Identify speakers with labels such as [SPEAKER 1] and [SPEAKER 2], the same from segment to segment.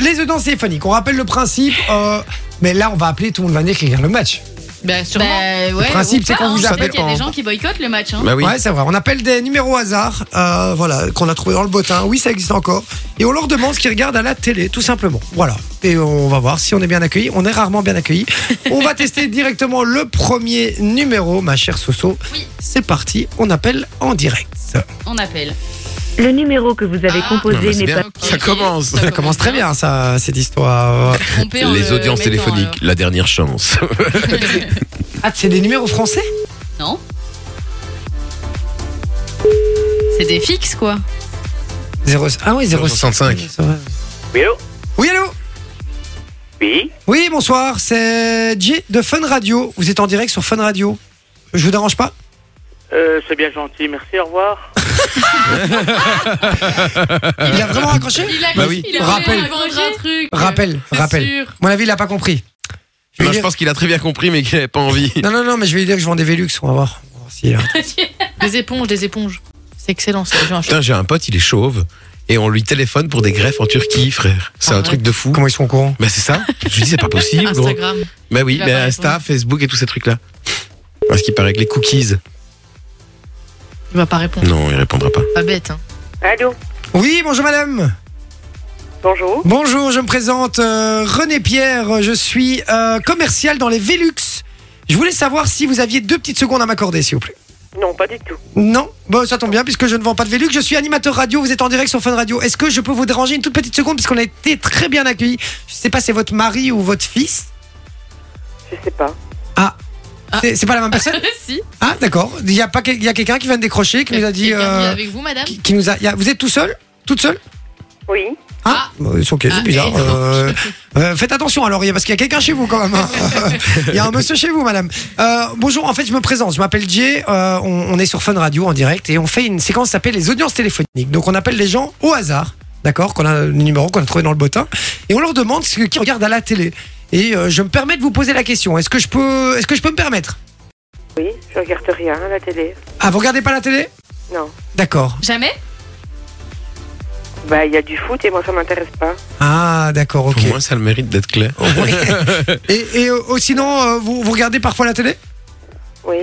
[SPEAKER 1] les audiences téléphoniques, on rappelle le principe. euh, mais là, on va appeler, tout le monde va venir écrire le match.
[SPEAKER 2] Bah,
[SPEAKER 3] Bah,
[SPEAKER 2] sûrement.
[SPEAKER 3] ouais,
[SPEAKER 1] principe,
[SPEAKER 3] ou
[SPEAKER 1] c'est
[SPEAKER 3] pas,
[SPEAKER 1] qu'on vous
[SPEAKER 3] hein, peut-être
[SPEAKER 1] appelle
[SPEAKER 3] Il y a
[SPEAKER 1] pas.
[SPEAKER 3] des gens qui boycottent le match. hein.
[SPEAKER 4] Bah oui.
[SPEAKER 1] Ouais, c'est vrai. On appelle des numéros au hasard, euh, voilà, qu'on a trouvé dans le bottin. Oui, ça existe encore. Et on leur demande ce qu'ils regardent à la télé, tout simplement. Voilà. Et on va voir si on est bien accueilli. On est rarement bien accueilli. On va tester directement le premier numéro, ma chère Soso.
[SPEAKER 3] Oui.
[SPEAKER 1] C'est parti. On appelle en direct.
[SPEAKER 3] On appelle.
[SPEAKER 5] Le numéro que vous avez
[SPEAKER 2] Ah.
[SPEAKER 4] Non, mais
[SPEAKER 5] composé
[SPEAKER 4] c'est
[SPEAKER 5] n'est
[SPEAKER 4] bien.
[SPEAKER 5] pas.
[SPEAKER 4] Ça commence.
[SPEAKER 1] Ça commence très bien, ça, cette histoire.
[SPEAKER 2] Trompé en
[SPEAKER 4] Les
[SPEAKER 2] le
[SPEAKER 4] audiences
[SPEAKER 2] mettant,
[SPEAKER 4] téléphoniques, la dernière chance.
[SPEAKER 1] Ah, c'est des numéros français
[SPEAKER 3] euh, Non C'est des fixes, quoi.
[SPEAKER 1] 0... Ah oui, 0...
[SPEAKER 4] 65.
[SPEAKER 6] Oui, allô
[SPEAKER 1] Oui, allô
[SPEAKER 6] Oui
[SPEAKER 1] Oui, bonsoir. C'est Jay de Fun Radio. Vous êtes en direct sur Fun Radio. Je vous dérange pas
[SPEAKER 6] euh, C'est bien gentil, merci, au revoir.
[SPEAKER 1] Il a vraiment accroché
[SPEAKER 3] Il a,
[SPEAKER 4] Euh. Bah oui.
[SPEAKER 3] il a
[SPEAKER 1] Rappel.
[SPEAKER 3] voulu inventer un truc.
[SPEAKER 1] Rappel,
[SPEAKER 2] euh,
[SPEAKER 3] C'est
[SPEAKER 1] rappel.
[SPEAKER 3] sûr.
[SPEAKER 1] À mon avis, il a pas compris. Je vais
[SPEAKER 4] Non,
[SPEAKER 1] lui dire-
[SPEAKER 4] Bah, je pense qu'il a très bien compris, mais qu'il n'avait pas envie.
[SPEAKER 1] Non, non, non, mais je vais lui dire que je vends des Velux, on va voir. On va voir s'il a-
[SPEAKER 2] euh, Des éponges, des éponges. C'est excellent, c'est déjà un
[SPEAKER 4] Putain, j'ai un pote, il est chauve. Et on lui téléphone pour des greffes en Turquie, frère. C'est un
[SPEAKER 2] Arrête.
[SPEAKER 4] truc de fou.
[SPEAKER 1] Comment ils sont au courant
[SPEAKER 4] Bah c'est ça. Je lui dis, c'est pas possible. gros.
[SPEAKER 2] Instagram.
[SPEAKER 4] Bah oui,
[SPEAKER 2] Il a
[SPEAKER 4] mais
[SPEAKER 2] pas
[SPEAKER 4] Insta,
[SPEAKER 2] répondu.
[SPEAKER 4] Facebook et tous ces trucs-là. Parce qu'il paraît que les cookies.
[SPEAKER 2] Il va pas répondre.
[SPEAKER 4] Non, il répondra pas.
[SPEAKER 2] Pas bête. Hein.
[SPEAKER 7] Allô
[SPEAKER 1] Oui, bonjour madame.
[SPEAKER 7] Bonjour.
[SPEAKER 1] Bonjour, je me présente euh, René Pierre. Je suis euh, commercial dans les Velux. Je voulais savoir si vous aviez deux petites secondes à m'accorder, s'il vous plaît.
[SPEAKER 7] Non, pas du tout.
[SPEAKER 1] Non Bon, ça tombe bien, puisque je ne vends pas de Velux. Je suis animateur radio, vous êtes en direct sur Fun Radio. Est-ce que je peux vous déranger une toute petite seconde, puisqu'on a été très bien accueillis Je sais pas, c'est votre mari ou votre fils
[SPEAKER 7] Je sais pas.
[SPEAKER 1] C'est c'est pas la même personne
[SPEAKER 3] si.
[SPEAKER 1] Ah, d'accord. Il y a, pas quel- il y a quelqu'un qui vient de décrocher, qui nous a dit...
[SPEAKER 2] Quelqu'un qui est
[SPEAKER 1] euh,
[SPEAKER 2] avec vous, madame
[SPEAKER 1] qui, qui nous a, il y a- vous êtes tout seul Toute seule
[SPEAKER 7] Oui.
[SPEAKER 1] Ah, bah, c'est ok,
[SPEAKER 2] Ah,
[SPEAKER 1] c'est bizarre.
[SPEAKER 2] mais non.
[SPEAKER 1] Euh, euh, faites attention alors, il y a- parce qu'il y a quelqu'un chez vous quand même. hein. Il y a un monsieur chez vous, madame. Euh, bonjour, en fait, je me présente, je m'appelle Jay, euh, on, on est sur Fun Radio en direct et on fait une séquence qui s'appelle les audiences téléphoniques. Donc on appelle les gens au hasard, d'accord, qu'on a le numéro qu'on a trouvé dans le bottin, et on leur demande ce qu'ils regardent à la télé. Et euh, je me permets de vous poser la question, est-ce que je peux, est-ce que je peux me permettre
[SPEAKER 7] Oui, je regarde rien à la télé.
[SPEAKER 1] Ah, vous regardez pas la télé
[SPEAKER 7] Non.
[SPEAKER 1] D'accord.
[SPEAKER 3] Jamais
[SPEAKER 7] Bah, il y a du foot et moi, ça m'intéresse pas.
[SPEAKER 1] Ah, d'accord, ok.
[SPEAKER 4] Au moins, ça a le mérite d'être clair.
[SPEAKER 1] et et euh, oh, sinon, euh, vous, vous regardez parfois la télé
[SPEAKER 7] Oui.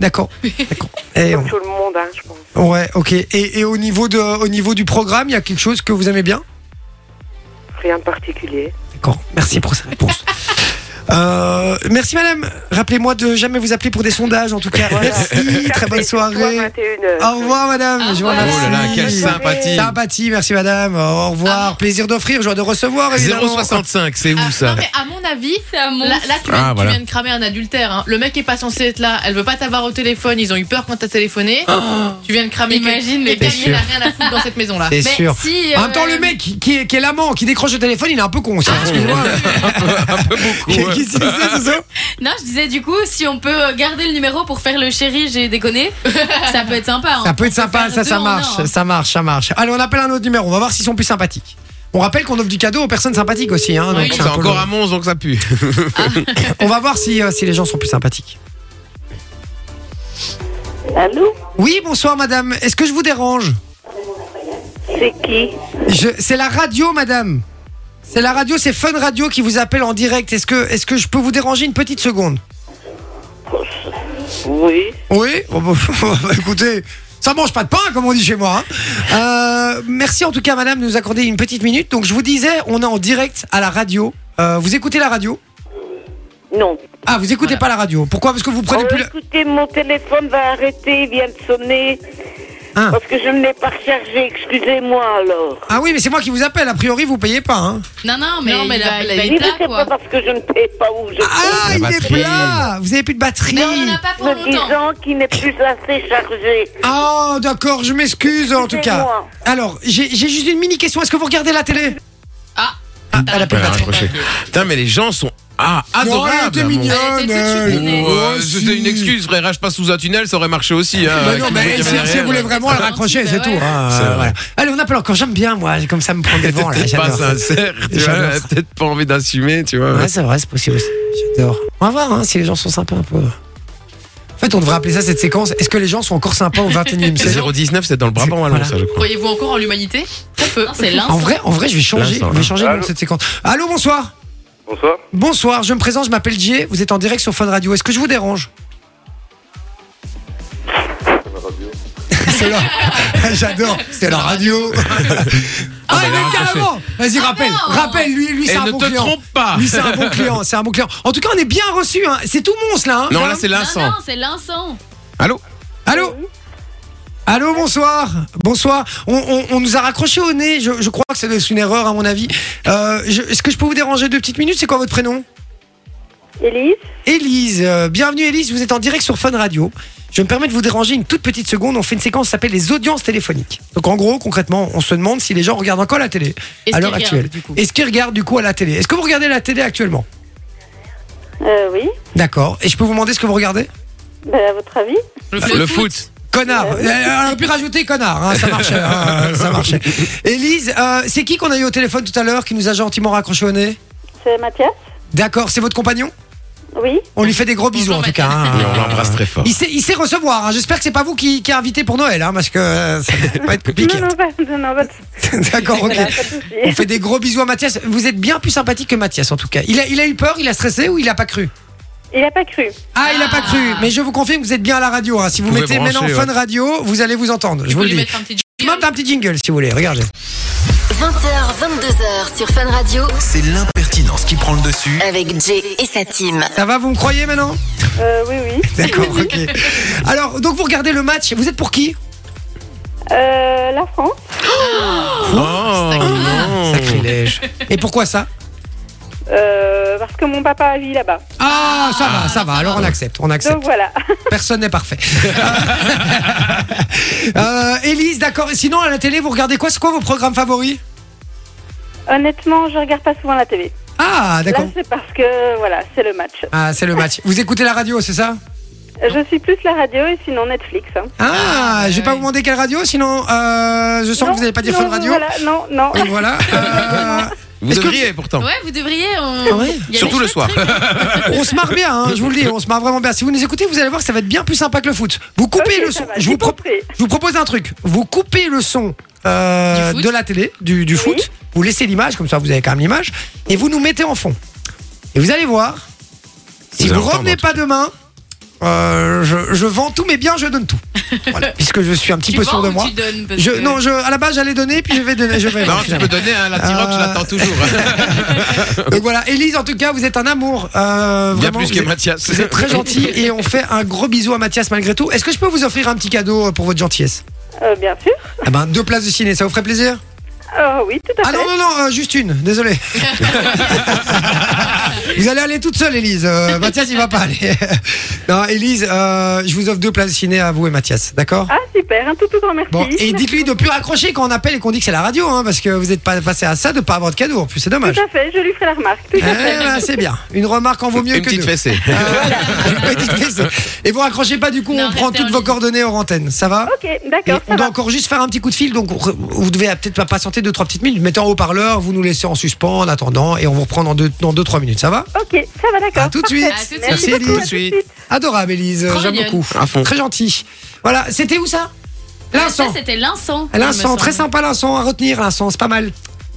[SPEAKER 1] D'accord. D'accord. Et
[SPEAKER 7] Comme tout le monde, hein, je pense.
[SPEAKER 1] on- Ouais, ok. Et, et au, niveau de, au niveau du programme, il y a quelque chose que vous aimez bien
[SPEAKER 7] Rien de particulier.
[SPEAKER 1] D'accord. Merci pour cette réponse. Euh, merci madame. Rappelez-moi de jamais vous appeler pour des sondages en tout cas.
[SPEAKER 7] Voilà.
[SPEAKER 1] Merci. Très bonne soirée.
[SPEAKER 7] 21h.
[SPEAKER 1] Au revoir madame.
[SPEAKER 3] Au
[SPEAKER 1] Je vous
[SPEAKER 3] revoir.
[SPEAKER 4] Oh
[SPEAKER 1] remercie.
[SPEAKER 4] là là, quelle
[SPEAKER 7] Merci.
[SPEAKER 4] sympathie.
[SPEAKER 1] Sympathie, merci madame. Au revoir. Plaisir d'offrir, joie de recevoir. évidemment.
[SPEAKER 4] 0,65, c'est où
[SPEAKER 2] Ah,
[SPEAKER 4] ça
[SPEAKER 2] Non, mais à mon avis,
[SPEAKER 3] C'est un monstre.
[SPEAKER 2] Là, là, tu, viens,
[SPEAKER 4] Ah,
[SPEAKER 2] tu
[SPEAKER 4] voilà.
[SPEAKER 2] viens de cramer un adultère. hein. Le mec est pas censé être là. Elle veut pas t'avoir au téléphone. Ils ont eu peur quand t'as téléphoné.
[SPEAKER 4] Oh.
[SPEAKER 2] Tu viens de cramer.
[SPEAKER 3] Imagine,
[SPEAKER 2] les
[SPEAKER 3] le
[SPEAKER 2] gars.
[SPEAKER 1] C'est
[SPEAKER 2] Il a rien à foutre dans cette maison là.
[SPEAKER 1] C'est
[SPEAKER 3] Mais
[SPEAKER 1] sûr.
[SPEAKER 3] si,
[SPEAKER 1] En
[SPEAKER 3] euh,
[SPEAKER 1] même temps, le mec qui, qui est, qui est l'amant, qui décroche le téléphone, il est un peu con. aussi, hein, Excuse-moi.
[SPEAKER 4] Un peu beaucoup. ouais.
[SPEAKER 1] Qu'est-ce qu'il sait, Zozo
[SPEAKER 3] Non, je disais du coup, si on peut garder le numéro pour faire le chéri, j'ai déconné, ça peut être sympa. hein.
[SPEAKER 1] Ça peut être sympa,
[SPEAKER 3] faire
[SPEAKER 1] ça, ça
[SPEAKER 3] deux en
[SPEAKER 1] marche,
[SPEAKER 3] un, hein.
[SPEAKER 1] ça marche, ça marche. Allez, on appelle un autre numéro, on va voir s'ils sont plus sympathiques. On rappelle qu'on offre du cadeau aux personnes sympathiques aussi, hein, donc
[SPEAKER 2] Oui.
[SPEAKER 1] c'est
[SPEAKER 4] C'est
[SPEAKER 1] un peu
[SPEAKER 4] encore
[SPEAKER 1] le-
[SPEAKER 4] à Mons, donc ça pue.
[SPEAKER 1] On va voir si, euh, si les gens sont plus sympathiques. Ah.
[SPEAKER 7] Allô
[SPEAKER 1] Oui, bonsoir madame, est-ce que je vous dérange
[SPEAKER 7] C'est qui
[SPEAKER 1] Je- C'est la radio madame. C'est la radio, c'est Fun Radio qui vous appelle en direct. Est-ce que, est que je peux vous déranger une petite seconde
[SPEAKER 7] Oui.
[SPEAKER 1] Oui Bon, bon, bah, Écoutez, ça mange pas de pain, comme on dit chez moi. hein. Euh, merci en tout cas, madame, de nous accorder une petite minute. Donc, je vous disais, on est en direct à la radio. Euh, vous écoutez la radio
[SPEAKER 7] Non.
[SPEAKER 1] Ah, vous écoutez pas la radio. Pourquoi Parce que vous prenez
[SPEAKER 7] Oh,
[SPEAKER 1] plus. le-
[SPEAKER 7] écoutez, mon téléphone va arrêter, il vient de sonner.
[SPEAKER 1] Ah.
[SPEAKER 7] Parce que je ne l'ai pas rechargé, excusez-moi alors.
[SPEAKER 1] Ah oui, mais c'est moi qui vous appelle. A priori, vous payez pas. Hein.
[SPEAKER 3] Non, non, mais,
[SPEAKER 2] Non, mais
[SPEAKER 3] il
[SPEAKER 2] la-
[SPEAKER 3] va- il
[SPEAKER 2] la-
[SPEAKER 3] va
[SPEAKER 2] Et
[SPEAKER 7] Oui,
[SPEAKER 3] être
[SPEAKER 7] mais
[SPEAKER 3] là,
[SPEAKER 7] c'est
[SPEAKER 3] quoi.
[SPEAKER 7] pas parce que je ne sais pas où je
[SPEAKER 1] Ah,
[SPEAKER 4] La
[SPEAKER 1] il est plus
[SPEAKER 4] batterie.
[SPEAKER 1] là. Vous avez plus de batterie.
[SPEAKER 3] Mais on n'en a pas pour
[SPEAKER 7] me
[SPEAKER 3] longtemps.
[SPEAKER 7] disant qu'il n'est plus assez chargé.
[SPEAKER 1] Ah, d'accord. Je m'excuse en tout cas.
[SPEAKER 7] Excusez-moi.
[SPEAKER 1] Alors, j'ai j'ai juste une mini question. Est-ce que vous regardez la télé
[SPEAKER 2] Ah.
[SPEAKER 1] Ah, elle a plus de
[SPEAKER 4] Elle
[SPEAKER 1] batterie.
[SPEAKER 4] a raccroché. Putain, mais les gens sont ah,
[SPEAKER 1] Non, elle
[SPEAKER 4] adorables.
[SPEAKER 1] était
[SPEAKER 4] à Mons.
[SPEAKER 1] mignonne.
[SPEAKER 3] Elle était toute
[SPEAKER 1] elle.
[SPEAKER 3] mignonne.
[SPEAKER 4] Oh, euh,
[SPEAKER 1] Oh,
[SPEAKER 4] C'était
[SPEAKER 1] si.
[SPEAKER 4] une excuse, frère. Je passe sous un tunnel, ça aurait marché aussi. hein,
[SPEAKER 1] Bah non,
[SPEAKER 4] avec le
[SPEAKER 1] mais
[SPEAKER 4] mec
[SPEAKER 1] si,
[SPEAKER 4] derrière.
[SPEAKER 1] si elle voulait vraiment la raccrocher,
[SPEAKER 3] bah
[SPEAKER 1] c'est tout.
[SPEAKER 3] ouais.
[SPEAKER 1] hein,
[SPEAKER 4] C'est
[SPEAKER 1] euh,
[SPEAKER 4] vrai.
[SPEAKER 1] voilà. Allez, on appelle encore. J'aime bien, moi. Comme ça, me prend
[SPEAKER 4] Elle
[SPEAKER 1] des
[SPEAKER 4] était
[SPEAKER 1] vents. là,
[SPEAKER 4] peut-être pas
[SPEAKER 1] j'adore ça.
[SPEAKER 4] sincère, tu vois.
[SPEAKER 1] J'adore
[SPEAKER 4] Elle a
[SPEAKER 1] ça.
[SPEAKER 4] peut-être pas envie d'assumer, tu vois.
[SPEAKER 1] Ouais, c'est vrai, c'est possible aussi. J'adore. On va voir hein, si les gens sont sympas un peu. En fait, on devrait appeler ça cette séquence. Est-ce que les gens sont encore sympas au 21e siècle
[SPEAKER 4] 019, c'est dans le Brabant wallon,
[SPEAKER 1] Voilà.
[SPEAKER 4] ça, je crois.
[SPEAKER 2] Croyez-vous ah. encore en l'humanité Très peu.
[SPEAKER 3] Non, c'est l'un.
[SPEAKER 1] En vrai, en vrai, je vais changer,
[SPEAKER 4] Vincent,
[SPEAKER 1] je vais changer le nom de
[SPEAKER 6] Allô
[SPEAKER 1] cette séquence. Allô, bonsoir.
[SPEAKER 6] Bonsoir.
[SPEAKER 1] Bonsoir, je me présente, je m'appelle Jay, vous êtes en direct sur Fun Radio. Est-ce que je vous dérange C'est la J'adore, c'est la radio. ah,
[SPEAKER 4] bah, il a
[SPEAKER 1] mais
[SPEAKER 4] bah, raccroché.
[SPEAKER 1] carrément Vas-y, rappelle,
[SPEAKER 3] non
[SPEAKER 1] rappelle, lui, lui c'est
[SPEAKER 4] Et
[SPEAKER 1] un
[SPEAKER 4] ne
[SPEAKER 1] bon
[SPEAKER 4] te
[SPEAKER 1] client.
[SPEAKER 4] trompe pas
[SPEAKER 1] Lui, c'est un bon client, c'est un bon client. En tout cas, on est bien reçu, hein. c'est tout monstre là. hein,
[SPEAKER 4] Non,
[SPEAKER 1] quand
[SPEAKER 4] là,
[SPEAKER 1] même.
[SPEAKER 4] c'est
[SPEAKER 3] Non,
[SPEAKER 4] Vincent.
[SPEAKER 3] non, c'est l'encens.
[SPEAKER 4] Allô
[SPEAKER 1] Allô Allô, bonsoir. Bonsoir. On, on- on nous a raccroché au nez. Je, je crois que c'est une erreur, à mon avis. Euh, je- Est-ce que je peux vous déranger deux petites minutes C'est quoi votre prénom
[SPEAKER 5] Élise
[SPEAKER 1] Élise. Euh, bienvenue, Élise. Vous êtes en direct sur Fun Radio. Je me permets de vous déranger une toute petite seconde. On fait une séquence qui s'appelle les audiences téléphoniques. Donc, en gros, concrètement, on se demande si les gens regardent encore la télé
[SPEAKER 2] Est-ce
[SPEAKER 1] à
[SPEAKER 2] qu'ils
[SPEAKER 1] l'heure
[SPEAKER 2] regardent,
[SPEAKER 1] actuelle.
[SPEAKER 2] du coup
[SPEAKER 1] Est-ce qu'ils regardent du coup à la télé Est-ce que vous regardez la télé actuellement
[SPEAKER 5] euh, Oui.
[SPEAKER 1] D'accord. Et je peux vous demander ce que vous regardez
[SPEAKER 5] Ben, à votre avis
[SPEAKER 4] Le foot
[SPEAKER 1] Connard. Euh, On a pu rajouter connard. hein, ça marchait. hein, ça marchait. Élise, euh, c'est qui qu'on a eu au téléphone tout à l'heure qui nous a gentiment raccroché au nez
[SPEAKER 5] C'est Mathias
[SPEAKER 1] D'accord, c'est votre compagnon
[SPEAKER 5] Oui.
[SPEAKER 1] On lui fait des gros bisous
[SPEAKER 2] Bonjour,
[SPEAKER 1] en tout cas. hein.
[SPEAKER 4] Et Ah. on l'embrasse très fort.
[SPEAKER 1] Il sait, il sait recevoir. hein. J'espère que c'est pas vous qui, qui a invité pour Noël, hein, parce que euh, ça va être compliqué.
[SPEAKER 5] Non, non, pas, non, non, pas de souci.
[SPEAKER 1] D'accord, ok.
[SPEAKER 5] Voilà, pas de souci.
[SPEAKER 1] On fait des gros bisous à Mathias. Vous êtes bien plus sympathique que Mathias en tout cas. Il a, il a eu peur, il a stressé ou il a pas cru
[SPEAKER 5] Il a pas cru.
[SPEAKER 1] Ah, il a pas
[SPEAKER 2] Ah.
[SPEAKER 1] cru. Mais je vous confirme, que vous êtes bien à la radio. hein. Si vous,
[SPEAKER 4] Vous pouvez
[SPEAKER 1] mettez maintenant
[SPEAKER 4] brancher,
[SPEAKER 1] Fun
[SPEAKER 4] ouais.
[SPEAKER 1] Radio, vous allez vous entendre. Je vous le dis.
[SPEAKER 2] mettre un petit
[SPEAKER 1] Je monte un petit jingle si vous voulez. Regardez.
[SPEAKER 8] 20h, 22h sur Fun Radio
[SPEAKER 9] C'est l'impertinence qui prend le dessus.
[SPEAKER 8] avec Jay et sa team.
[SPEAKER 1] Ça va, vous me croyez maintenant
[SPEAKER 5] Euh, oui, oui.
[SPEAKER 1] D'accord, ok. Alors, donc vous regardez le match, vous êtes pour qui
[SPEAKER 5] Euh, la France
[SPEAKER 4] Oh
[SPEAKER 5] Mmh.
[SPEAKER 4] non
[SPEAKER 1] Sacrilège. Et pourquoi ça
[SPEAKER 5] euh, Parce que mon papa vit là-bas.
[SPEAKER 1] Ah, ça va, ça va,
[SPEAKER 5] Mmh.
[SPEAKER 1] alors on accepte, on accepte.
[SPEAKER 5] Donc voilà.
[SPEAKER 1] Personne n'est parfait. Euh, Élise, d'accord. Et Sinon, à la télé, vous regardez quoi C'est quoi vos programmes favoris
[SPEAKER 5] Honnêtement, je regarde pas souvent la télé.
[SPEAKER 1] Ah,
[SPEAKER 5] Là,
[SPEAKER 1] d'accord.
[SPEAKER 5] c'est parce que voilà, c'est le match.
[SPEAKER 1] Ah, c'est le match. Vous écoutez la radio, c'est ça
[SPEAKER 5] Je suis plus la radio et sinon Netflix. hein.
[SPEAKER 1] Ah,
[SPEAKER 2] Ah,
[SPEAKER 1] je vais pas
[SPEAKER 2] oui.
[SPEAKER 1] vous demander quelle radio, sinon euh, je sens que
[SPEAKER 5] Non,
[SPEAKER 1] vous n'allez pas dire
[SPEAKER 5] non,
[SPEAKER 1] Fun Radio.
[SPEAKER 5] voilà, non, non.
[SPEAKER 1] Donc voilà. euh,
[SPEAKER 4] Vous
[SPEAKER 1] Est-ce que-
[SPEAKER 4] devriez pourtant.
[SPEAKER 3] Ouais, vous devriez. on-
[SPEAKER 1] Ouais.
[SPEAKER 3] il y a
[SPEAKER 4] Surtout
[SPEAKER 3] des
[SPEAKER 4] le
[SPEAKER 3] chouettes
[SPEAKER 4] soir.
[SPEAKER 3] trucs.
[SPEAKER 1] On se marre bien, hein, je vous le dis, on se marre vraiment bien. Si vous nous écoutez, vous allez voir que ça va être bien plus sympa que le foot. Vous coupez
[SPEAKER 5] Ok,
[SPEAKER 1] le
[SPEAKER 5] ça
[SPEAKER 1] son.
[SPEAKER 5] va,
[SPEAKER 1] Je
[SPEAKER 5] j'ai
[SPEAKER 1] vous, pro-
[SPEAKER 5] compris.
[SPEAKER 1] je vous propose un truc. Vous coupez le son euh,
[SPEAKER 2] Du foot
[SPEAKER 1] de la télé, du, du foot. Vous laissez l'image, comme ça vous avez quand même l'image. Et vous nous mettez en fond. Et vous allez voir, si
[SPEAKER 4] Vous
[SPEAKER 1] vous
[SPEAKER 4] allez
[SPEAKER 1] ne revenez
[SPEAKER 4] entendre,
[SPEAKER 1] pas demain, euh, je, je vends tous mes biens, je donne tout. Voilà, puisque je suis un petit
[SPEAKER 2] Tu
[SPEAKER 1] peu sûr
[SPEAKER 2] vends
[SPEAKER 1] de
[SPEAKER 2] ou
[SPEAKER 1] moi.
[SPEAKER 2] tu donnes parce
[SPEAKER 1] Je,
[SPEAKER 2] que-
[SPEAKER 3] Ah,
[SPEAKER 1] non, je, à la base j'allais donner, puis je vais donner. Je vais
[SPEAKER 4] Non, tu peux donner hein, la T-Rock,
[SPEAKER 1] Euh,
[SPEAKER 4] je l'attends toujours.
[SPEAKER 1] Donc voilà, Élise, en tout cas, vous êtes un amour. Euh,
[SPEAKER 4] Bien
[SPEAKER 1] vraiment,
[SPEAKER 4] plus
[SPEAKER 1] vous
[SPEAKER 4] que
[SPEAKER 1] êtes-
[SPEAKER 4] Mathias.
[SPEAKER 1] vous êtes très gentil et on fait un gros bisou à Mathias malgré tout. Est-ce que je peux vous offrir un petit cadeau pour votre gentillesse
[SPEAKER 5] Euh, bien sûr.
[SPEAKER 1] Ah ben deux places de ciné, ça vous ferait plaisir
[SPEAKER 5] Euh, oui, tout à
[SPEAKER 1] Ah
[SPEAKER 5] fait.
[SPEAKER 1] non non non, euh, juste une, désolé. vous allez aller toute seule Élise, Euh, Mathias il va pas aller. non Élise, euh, je vous offre deux places de ciné à vous et Mathias, d'accord
[SPEAKER 5] Ah super, un tout tout grand merci.
[SPEAKER 1] Bon, et dites-lui de plus raccrocher quand on appelle et qu'on dit que c'est la radio, hein, parce que vous êtes pas passé à ça de pas avoir de cadeau, en plus c'est dommage.
[SPEAKER 5] Tout à fait, je lui ferai la remarque. Tout
[SPEAKER 1] Eh
[SPEAKER 5] à fait.
[SPEAKER 1] ben, c'est bien, une remarque en vaut mieux
[SPEAKER 4] Une
[SPEAKER 1] que Ah,
[SPEAKER 4] petite
[SPEAKER 1] deux.
[SPEAKER 4] fessée.
[SPEAKER 1] Une petite fessée. Et vous raccrochez pas, du coup,
[SPEAKER 2] Non,
[SPEAKER 1] on prend
[SPEAKER 2] restez en
[SPEAKER 1] toutes vos
[SPEAKER 2] ligne.
[SPEAKER 1] coordonnées hors antenne. Ça va
[SPEAKER 5] Ok,
[SPEAKER 1] Et
[SPEAKER 5] d'accord,
[SPEAKER 1] on
[SPEAKER 5] ça
[SPEAKER 1] doit
[SPEAKER 5] va.
[SPEAKER 1] encore juste faire un petit coup de fil, donc re- vous devez peut-être pas patienter deux trois petites minutes. Mettez en haut-parleur, vous nous laissez en suspens en attendant, et on vous reprend dans deux dans deux trois minutes. Ça va
[SPEAKER 5] Ok, ça va, d'accord.
[SPEAKER 1] À tout de suite.
[SPEAKER 2] À tout de
[SPEAKER 1] Merci
[SPEAKER 5] suite.
[SPEAKER 1] Élise.
[SPEAKER 4] Tout de suite.
[SPEAKER 1] Adorable Élise,
[SPEAKER 2] Trop
[SPEAKER 1] j'aime
[SPEAKER 2] mignonne.
[SPEAKER 1] beaucoup.
[SPEAKER 4] À fond.
[SPEAKER 1] Très gentil. Voilà, c'était où ça
[SPEAKER 3] Ça,
[SPEAKER 1] L'encens.
[SPEAKER 3] c'était l'encens.
[SPEAKER 2] il
[SPEAKER 1] L'encens,
[SPEAKER 2] me
[SPEAKER 1] très
[SPEAKER 2] semble.
[SPEAKER 1] sympa l'encens à retenir. L'encens, c'est pas mal.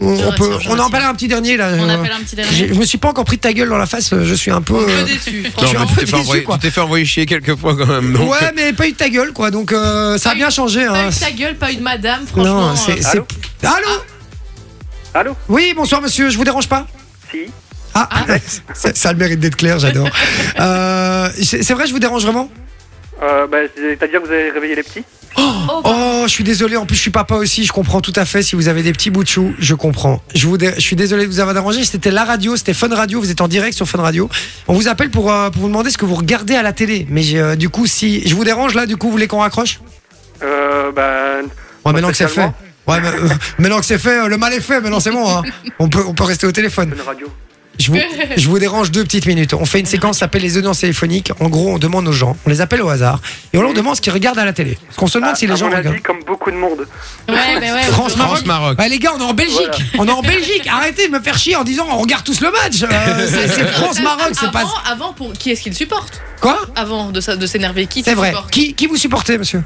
[SPEAKER 1] On,
[SPEAKER 2] Je
[SPEAKER 1] on peut,
[SPEAKER 2] retiens, je
[SPEAKER 1] on en
[SPEAKER 2] retiens.
[SPEAKER 1] parlait un petit dernier là.
[SPEAKER 2] On appelle un petit
[SPEAKER 1] J'ai- je
[SPEAKER 2] dernier.
[SPEAKER 1] me suis pas encore pris de ta gueule dans la face. Je suis un peu.
[SPEAKER 2] Un
[SPEAKER 1] euh,
[SPEAKER 2] peu déçu.
[SPEAKER 1] Je
[SPEAKER 4] Non,
[SPEAKER 1] suis
[SPEAKER 4] mais
[SPEAKER 1] un
[SPEAKER 4] tu
[SPEAKER 1] peu
[SPEAKER 4] t'es fait,
[SPEAKER 1] déçu,
[SPEAKER 4] envoyer-
[SPEAKER 1] quoi.
[SPEAKER 4] tu t'es fait envoyer chier quelques fois quand même. donc.
[SPEAKER 1] Ouais, mais pas eu de ta gueule, quoi. Donc euh, ça a
[SPEAKER 2] Pas eu-
[SPEAKER 1] bien changé.
[SPEAKER 2] Pas
[SPEAKER 1] hein.
[SPEAKER 2] eu de ta gueule, pas eu de madame, franchement.
[SPEAKER 1] Non, c'est.
[SPEAKER 2] euh,
[SPEAKER 1] c'est-
[SPEAKER 6] Allô Ah,
[SPEAKER 1] Allô
[SPEAKER 6] Allô
[SPEAKER 1] Oui, bonsoir monsieur, je vous dérange pas
[SPEAKER 6] Si.
[SPEAKER 1] Ah, ça, ça a le mérite d'être clair, j'adore. Euh, c'est c'est vrai, je vous dérange vraiment
[SPEAKER 6] Euh, bah, C'est-à-dire que vous avez réveillé les petits
[SPEAKER 2] bah.
[SPEAKER 1] Oh, je suis désolé, en plus je suis papa aussi, je comprends tout à fait. Si vous avez des petits bouts de chou, je comprends. Je, vous dé- je suis désolé de vous avoir dérangé, c'était la radio, c'était Fun Radio, vous êtes en direct sur Fun Radio. On vous appelle pour, euh, pour vous demander ce que vous regardez à la télé. Mais j'ai, euh, du coup, si je vous dérange là, du coup, vous voulez qu'on raccroche
[SPEAKER 6] euh, bah,
[SPEAKER 1] Ouais, maintenant que c'est fait.
[SPEAKER 6] Spécialement
[SPEAKER 1] Ouais, mais, euh, maintenant que c'est fait, euh, le mal est fait, maintenant c'est bon. hein. On, peut, on peut rester au téléphone.
[SPEAKER 6] Fun Radio.
[SPEAKER 1] Je vous, je vous dérange deux petites minutes. On fait une séquence qui s'appelle les audiences téléphoniques. En gros, on demande aux gens, on les appelle au hasard, et on leur demande ce qu'ils regardent à la télé. Parce qu'on se demande
[SPEAKER 4] Ah,
[SPEAKER 6] À-
[SPEAKER 1] Ah, si
[SPEAKER 6] à
[SPEAKER 1] les gens
[SPEAKER 6] mon avis,
[SPEAKER 1] regardent.
[SPEAKER 6] comme beaucoup de monde.
[SPEAKER 3] Ouais, mais ouais.
[SPEAKER 1] France-Maroc.
[SPEAKER 4] euh, France-Maroc.
[SPEAKER 1] Bah, les gars, on est en Belgique. On est en Belgique. Arrêtez de me faire chier en disant on regarde tous le match. Euh, c'est c'est France-Maroc, c'est
[SPEAKER 2] avant,
[SPEAKER 1] pas.
[SPEAKER 2] avant, pour qui est-ce qu'il supporte
[SPEAKER 1] Quoi
[SPEAKER 2] Avant de, ça- de s'énerver, qui
[SPEAKER 1] C'est
[SPEAKER 2] qu'il
[SPEAKER 1] vrai.
[SPEAKER 2] supporte
[SPEAKER 1] Qui, qui vous supportez, monsieur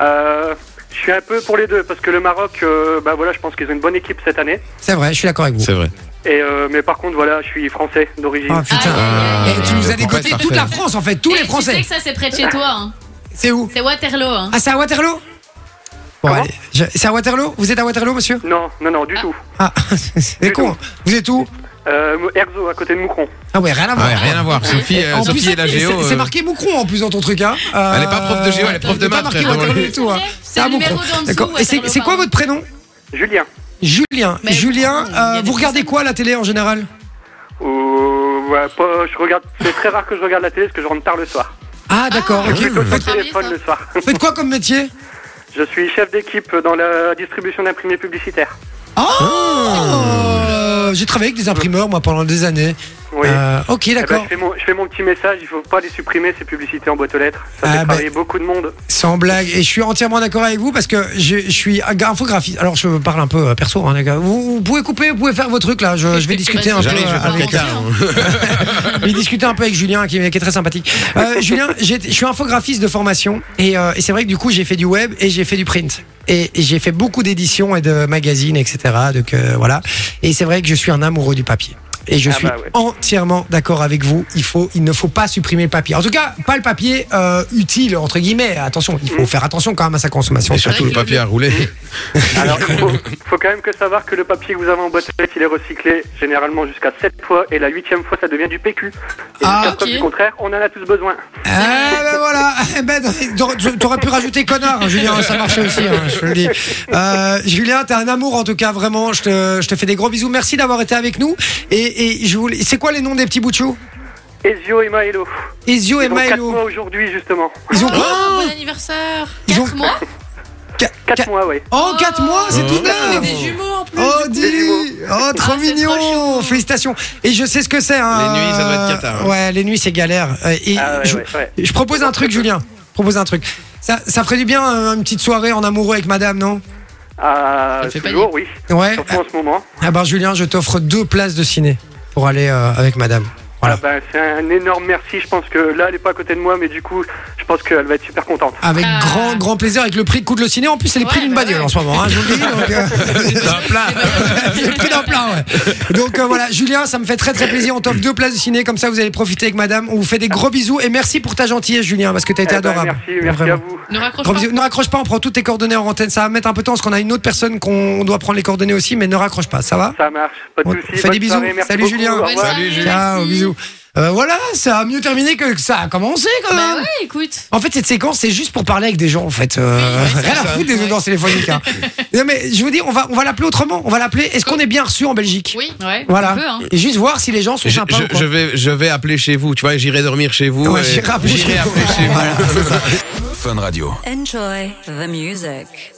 [SPEAKER 6] Euh, je suis un peu pour les deux parce que le Maroc, euh, bah voilà, je pense qu'ils ont une bonne équipe cette année.
[SPEAKER 1] C'est vrai, je suis d'accord avec vous.
[SPEAKER 4] C'est vrai.
[SPEAKER 6] Et euh, mais par contre, voilà, je suis français d'origine.
[SPEAKER 1] Ah putain.
[SPEAKER 4] Ah,
[SPEAKER 1] Eh, tu nous as
[SPEAKER 4] le
[SPEAKER 1] dégoté
[SPEAKER 4] parfait.
[SPEAKER 1] toute la France en fait, tous
[SPEAKER 3] Et
[SPEAKER 1] les
[SPEAKER 3] Eh, Tu sais
[SPEAKER 1] Français.
[SPEAKER 3] que ça, c'est près de chez toi. hein.
[SPEAKER 1] C'est où
[SPEAKER 3] C'est Waterloo. hein.
[SPEAKER 1] Ah, c'est à Waterloo Bon, allez, je- c'est à Waterloo Vous êtes à Waterloo, monsieur
[SPEAKER 6] Non, non, non, du tout.
[SPEAKER 1] Ah, c'est
[SPEAKER 6] Du
[SPEAKER 1] con. Vous êtes où
[SPEAKER 6] Euh, Erzo, à côté de Moucron.
[SPEAKER 1] Ah ouais, rien à
[SPEAKER 4] Ah
[SPEAKER 1] voir.
[SPEAKER 4] ouais, rien à voir. Sophie, euh,
[SPEAKER 1] En
[SPEAKER 4] Sophie
[SPEAKER 1] plus,
[SPEAKER 4] et la
[SPEAKER 1] c'est-
[SPEAKER 4] géo.
[SPEAKER 1] C'est
[SPEAKER 4] euh,
[SPEAKER 1] marqué Moucron en plus dans ton truc. Hein.
[SPEAKER 4] Elle est pas prof de géo, elle est prof de
[SPEAKER 1] C'est pas
[SPEAKER 4] maths,
[SPEAKER 1] marqué
[SPEAKER 4] frère,
[SPEAKER 1] Waterloo
[SPEAKER 4] vraiment.
[SPEAKER 1] du tout. hein.
[SPEAKER 3] C'est le
[SPEAKER 1] à Moucron.
[SPEAKER 3] numéro d'en dessous,
[SPEAKER 1] D'accord. Et c'est-
[SPEAKER 3] Waterloo,
[SPEAKER 1] C'est quoi
[SPEAKER 3] pardon.
[SPEAKER 1] votre prénom
[SPEAKER 6] Julien.
[SPEAKER 1] Julien.
[SPEAKER 2] Mais-
[SPEAKER 1] Julien,
[SPEAKER 2] Il y a
[SPEAKER 1] euh,
[SPEAKER 2] des
[SPEAKER 1] vous regardez
[SPEAKER 2] personnes-
[SPEAKER 1] quoi à la télé en général
[SPEAKER 6] Euh, ouais, pas- je regarde. C'est très rare que je regarde la télé parce que je rentre tard le soir.
[SPEAKER 1] Ah, d'accord, ok.
[SPEAKER 6] Plutôt sur le
[SPEAKER 1] Faites-
[SPEAKER 2] travailler,
[SPEAKER 6] téléphone
[SPEAKER 2] ça.
[SPEAKER 6] le soir.
[SPEAKER 1] Faites quoi comme métier
[SPEAKER 6] Je suis chef d'équipe dans la distribution d'imprimés publicitaires.
[SPEAKER 1] Oh Euh, J'ai travaillé avec des imprimeurs, moi, pendant des années.
[SPEAKER 6] Oui.
[SPEAKER 1] Euh, ok,
[SPEAKER 6] Eh ben,
[SPEAKER 1] d'accord.
[SPEAKER 6] je, fais mon, je fais mon petit message, il faut pas les supprimer ces publicités en boîte aux lettres. Ça
[SPEAKER 1] Ah,
[SPEAKER 6] fait
[SPEAKER 1] ben.
[SPEAKER 6] travailler beaucoup de monde.
[SPEAKER 1] Sans blague, et je suis entièrement d'accord avec vous parce que je, je suis un gars infographiste. Alors je parle un peu euh, perso, hein, les gars. Vous, vous pouvez couper, vous pouvez faire vos trucs là. Je, je vais discuter un peu
[SPEAKER 4] J'arrive, je
[SPEAKER 1] euh,
[SPEAKER 4] vais faire
[SPEAKER 1] avec.
[SPEAKER 4] caca. hein.
[SPEAKER 1] Je vais discuter un peu avec Julien qui, qui est très sympathique. Euh, Julien, j'ai- je suis infographiste de formation et, euh, et c'est vrai que du coup j'ai fait du web et j'ai fait du print. Et, et j'ai fait beaucoup d'éditions et de magazines, etc. Donc euh, voilà. Et c'est vrai que je suis un amoureux du papier. Et je
[SPEAKER 6] Ah
[SPEAKER 1] suis
[SPEAKER 6] bah ouais.
[SPEAKER 1] entièrement d'accord avec vous. Il faut, il ne faut pas supprimer le papier. En tout cas, pas le papier euh, utile entre guillemets. Attention, il
[SPEAKER 6] Mm.
[SPEAKER 1] faut faire attention quand même à sa consommation.
[SPEAKER 4] Et surtout le papier à rouler.
[SPEAKER 6] Alors, il faut, faut quand même que savoir que le papier que vous avez en boîte aux lettres, il est recyclé généralement jusqu'à 7 fois et la huitième fois, ça devient du PQ. Et
[SPEAKER 1] Ah,
[SPEAKER 6] jusqu'à preuve
[SPEAKER 2] ok.
[SPEAKER 6] du contraire, on en a tous besoin.
[SPEAKER 1] Ah ben voilà, Eh ben, t'aurais- t'aurais pu rajouter connard, hein, Julien, ça marchait aussi, hein, je te le dis. Euh, Julien, t'es un amour en tout cas, vraiment, je te, je te fais des gros bisous, merci d'avoir été avec nous. Et, et je voulais, c'est quoi les noms des petits bouts de chou
[SPEAKER 6] Ezio et Maelo.
[SPEAKER 1] Ezio et
[SPEAKER 6] Ils ont 4
[SPEAKER 1] Maelo.
[SPEAKER 6] mois aujourd'hui, justement.
[SPEAKER 1] Ils ont
[SPEAKER 2] Oh,
[SPEAKER 1] quoi
[SPEAKER 2] Bon anniversaire
[SPEAKER 1] Ils ont
[SPEAKER 3] Quatre mois Bah
[SPEAKER 1] qua-
[SPEAKER 6] 4
[SPEAKER 1] qua-
[SPEAKER 6] mois, ouais.
[SPEAKER 1] Oh, 4 mois, c'est tout
[SPEAKER 2] On est
[SPEAKER 1] neuf
[SPEAKER 2] des jumeaux en plus
[SPEAKER 6] Ah,
[SPEAKER 1] Oh,
[SPEAKER 2] du coup.
[SPEAKER 1] dis Oh, trop
[SPEAKER 2] Ah, c'est
[SPEAKER 1] mignon
[SPEAKER 2] trop chou.
[SPEAKER 1] Félicitations Et je sais ce que c'est, hein.
[SPEAKER 4] Les nuits, ça doit être cata, hein.
[SPEAKER 1] Ouais, les nuits, c'est galère. Euh, Et
[SPEAKER 6] Ah, ouais,
[SPEAKER 1] je,
[SPEAKER 6] ouais, ouais.
[SPEAKER 1] je propose un truc, Julien. Je propose un truc. Ça, ça ferait du bien euh, une petite soirée en amoureux avec madame, non
[SPEAKER 6] Ah,
[SPEAKER 2] Ça fait
[SPEAKER 6] toujours, oui.
[SPEAKER 1] Ouais.
[SPEAKER 6] Surtout en ce moment.
[SPEAKER 1] Ah ben Julien, je t'offre deux places de ciné pour aller euh, avec madame. Voilà.
[SPEAKER 6] Ah ben, c'est un énorme merci. Je pense que là, elle est pas à côté de moi, mais du coup, je pense qu'elle va être super contente.
[SPEAKER 1] Avec
[SPEAKER 3] Ah.
[SPEAKER 1] grand grand plaisir, avec le prix que coûte le ciné. En plus, c'est les prix
[SPEAKER 2] Ouais,
[SPEAKER 1] d'une
[SPEAKER 2] bah
[SPEAKER 1] bagnole
[SPEAKER 2] ouais.
[SPEAKER 1] en ce moment. Hein, je vous le dis, donc, euh,
[SPEAKER 4] D'un plat.
[SPEAKER 1] c'est le prix d'un plein. Ouais. Donc euh, voilà, Julien, ça me fait très très plaisir. On t'offre deux places de ciné, comme ça vous allez profiter avec madame. On vous fait des gros bisous et merci pour ta gentillesse, Julien, parce que t'as été
[SPEAKER 6] Eh ben,
[SPEAKER 1] adorable.
[SPEAKER 6] merci, merci
[SPEAKER 1] Vraiment.
[SPEAKER 6] à vous.
[SPEAKER 2] Ne raccroche
[SPEAKER 1] Gros
[SPEAKER 2] pas.
[SPEAKER 1] bisous. Ne raccroche pas, on prend toutes tes coordonnées en antenne. Ça va mettre un peu de temps parce qu'on a une autre personne qu'on doit prendre les coordonnées aussi, mais ne raccroche pas, ça va
[SPEAKER 6] Ça marche, pas de
[SPEAKER 1] On
[SPEAKER 6] soucis.
[SPEAKER 1] fait
[SPEAKER 6] bonne
[SPEAKER 1] des bisous.
[SPEAKER 6] soirée, merci
[SPEAKER 1] Salut,
[SPEAKER 6] beaucoup,
[SPEAKER 1] Julien.
[SPEAKER 6] au revoir.
[SPEAKER 4] Salut, Julien.
[SPEAKER 1] Ciao,
[SPEAKER 3] Merci.
[SPEAKER 1] bisous. Euh, voilà, ça a mieux terminé que ça a commencé quand même.
[SPEAKER 3] Bah ouais, écoute.
[SPEAKER 1] En fait, cette séquence, c'est juste pour parler avec des gens, en fait. Euh, rien à foutre des audiences téléphoniques. hein. non, mais je vous dis, on va, on va l'appeler autrement. On va l'appeler. Est-ce qu'on est bien reçu en Belgique
[SPEAKER 2] Oui.
[SPEAKER 3] Ouais,
[SPEAKER 1] Voilà.
[SPEAKER 3] on peut, hein.
[SPEAKER 1] Et juste voir si les gens sont
[SPEAKER 4] Je,
[SPEAKER 1] sympas
[SPEAKER 4] je-
[SPEAKER 1] ou quoi.
[SPEAKER 4] je vais, je vais appeler chez vous, tu vois, j'irai dormir chez vous.
[SPEAKER 1] Ouais,
[SPEAKER 4] et
[SPEAKER 1] j'irai appeler chez
[SPEAKER 4] j'irai
[SPEAKER 1] vous.
[SPEAKER 4] appeler chez vous.
[SPEAKER 9] Fun Radio.
[SPEAKER 10] Enjoy the music.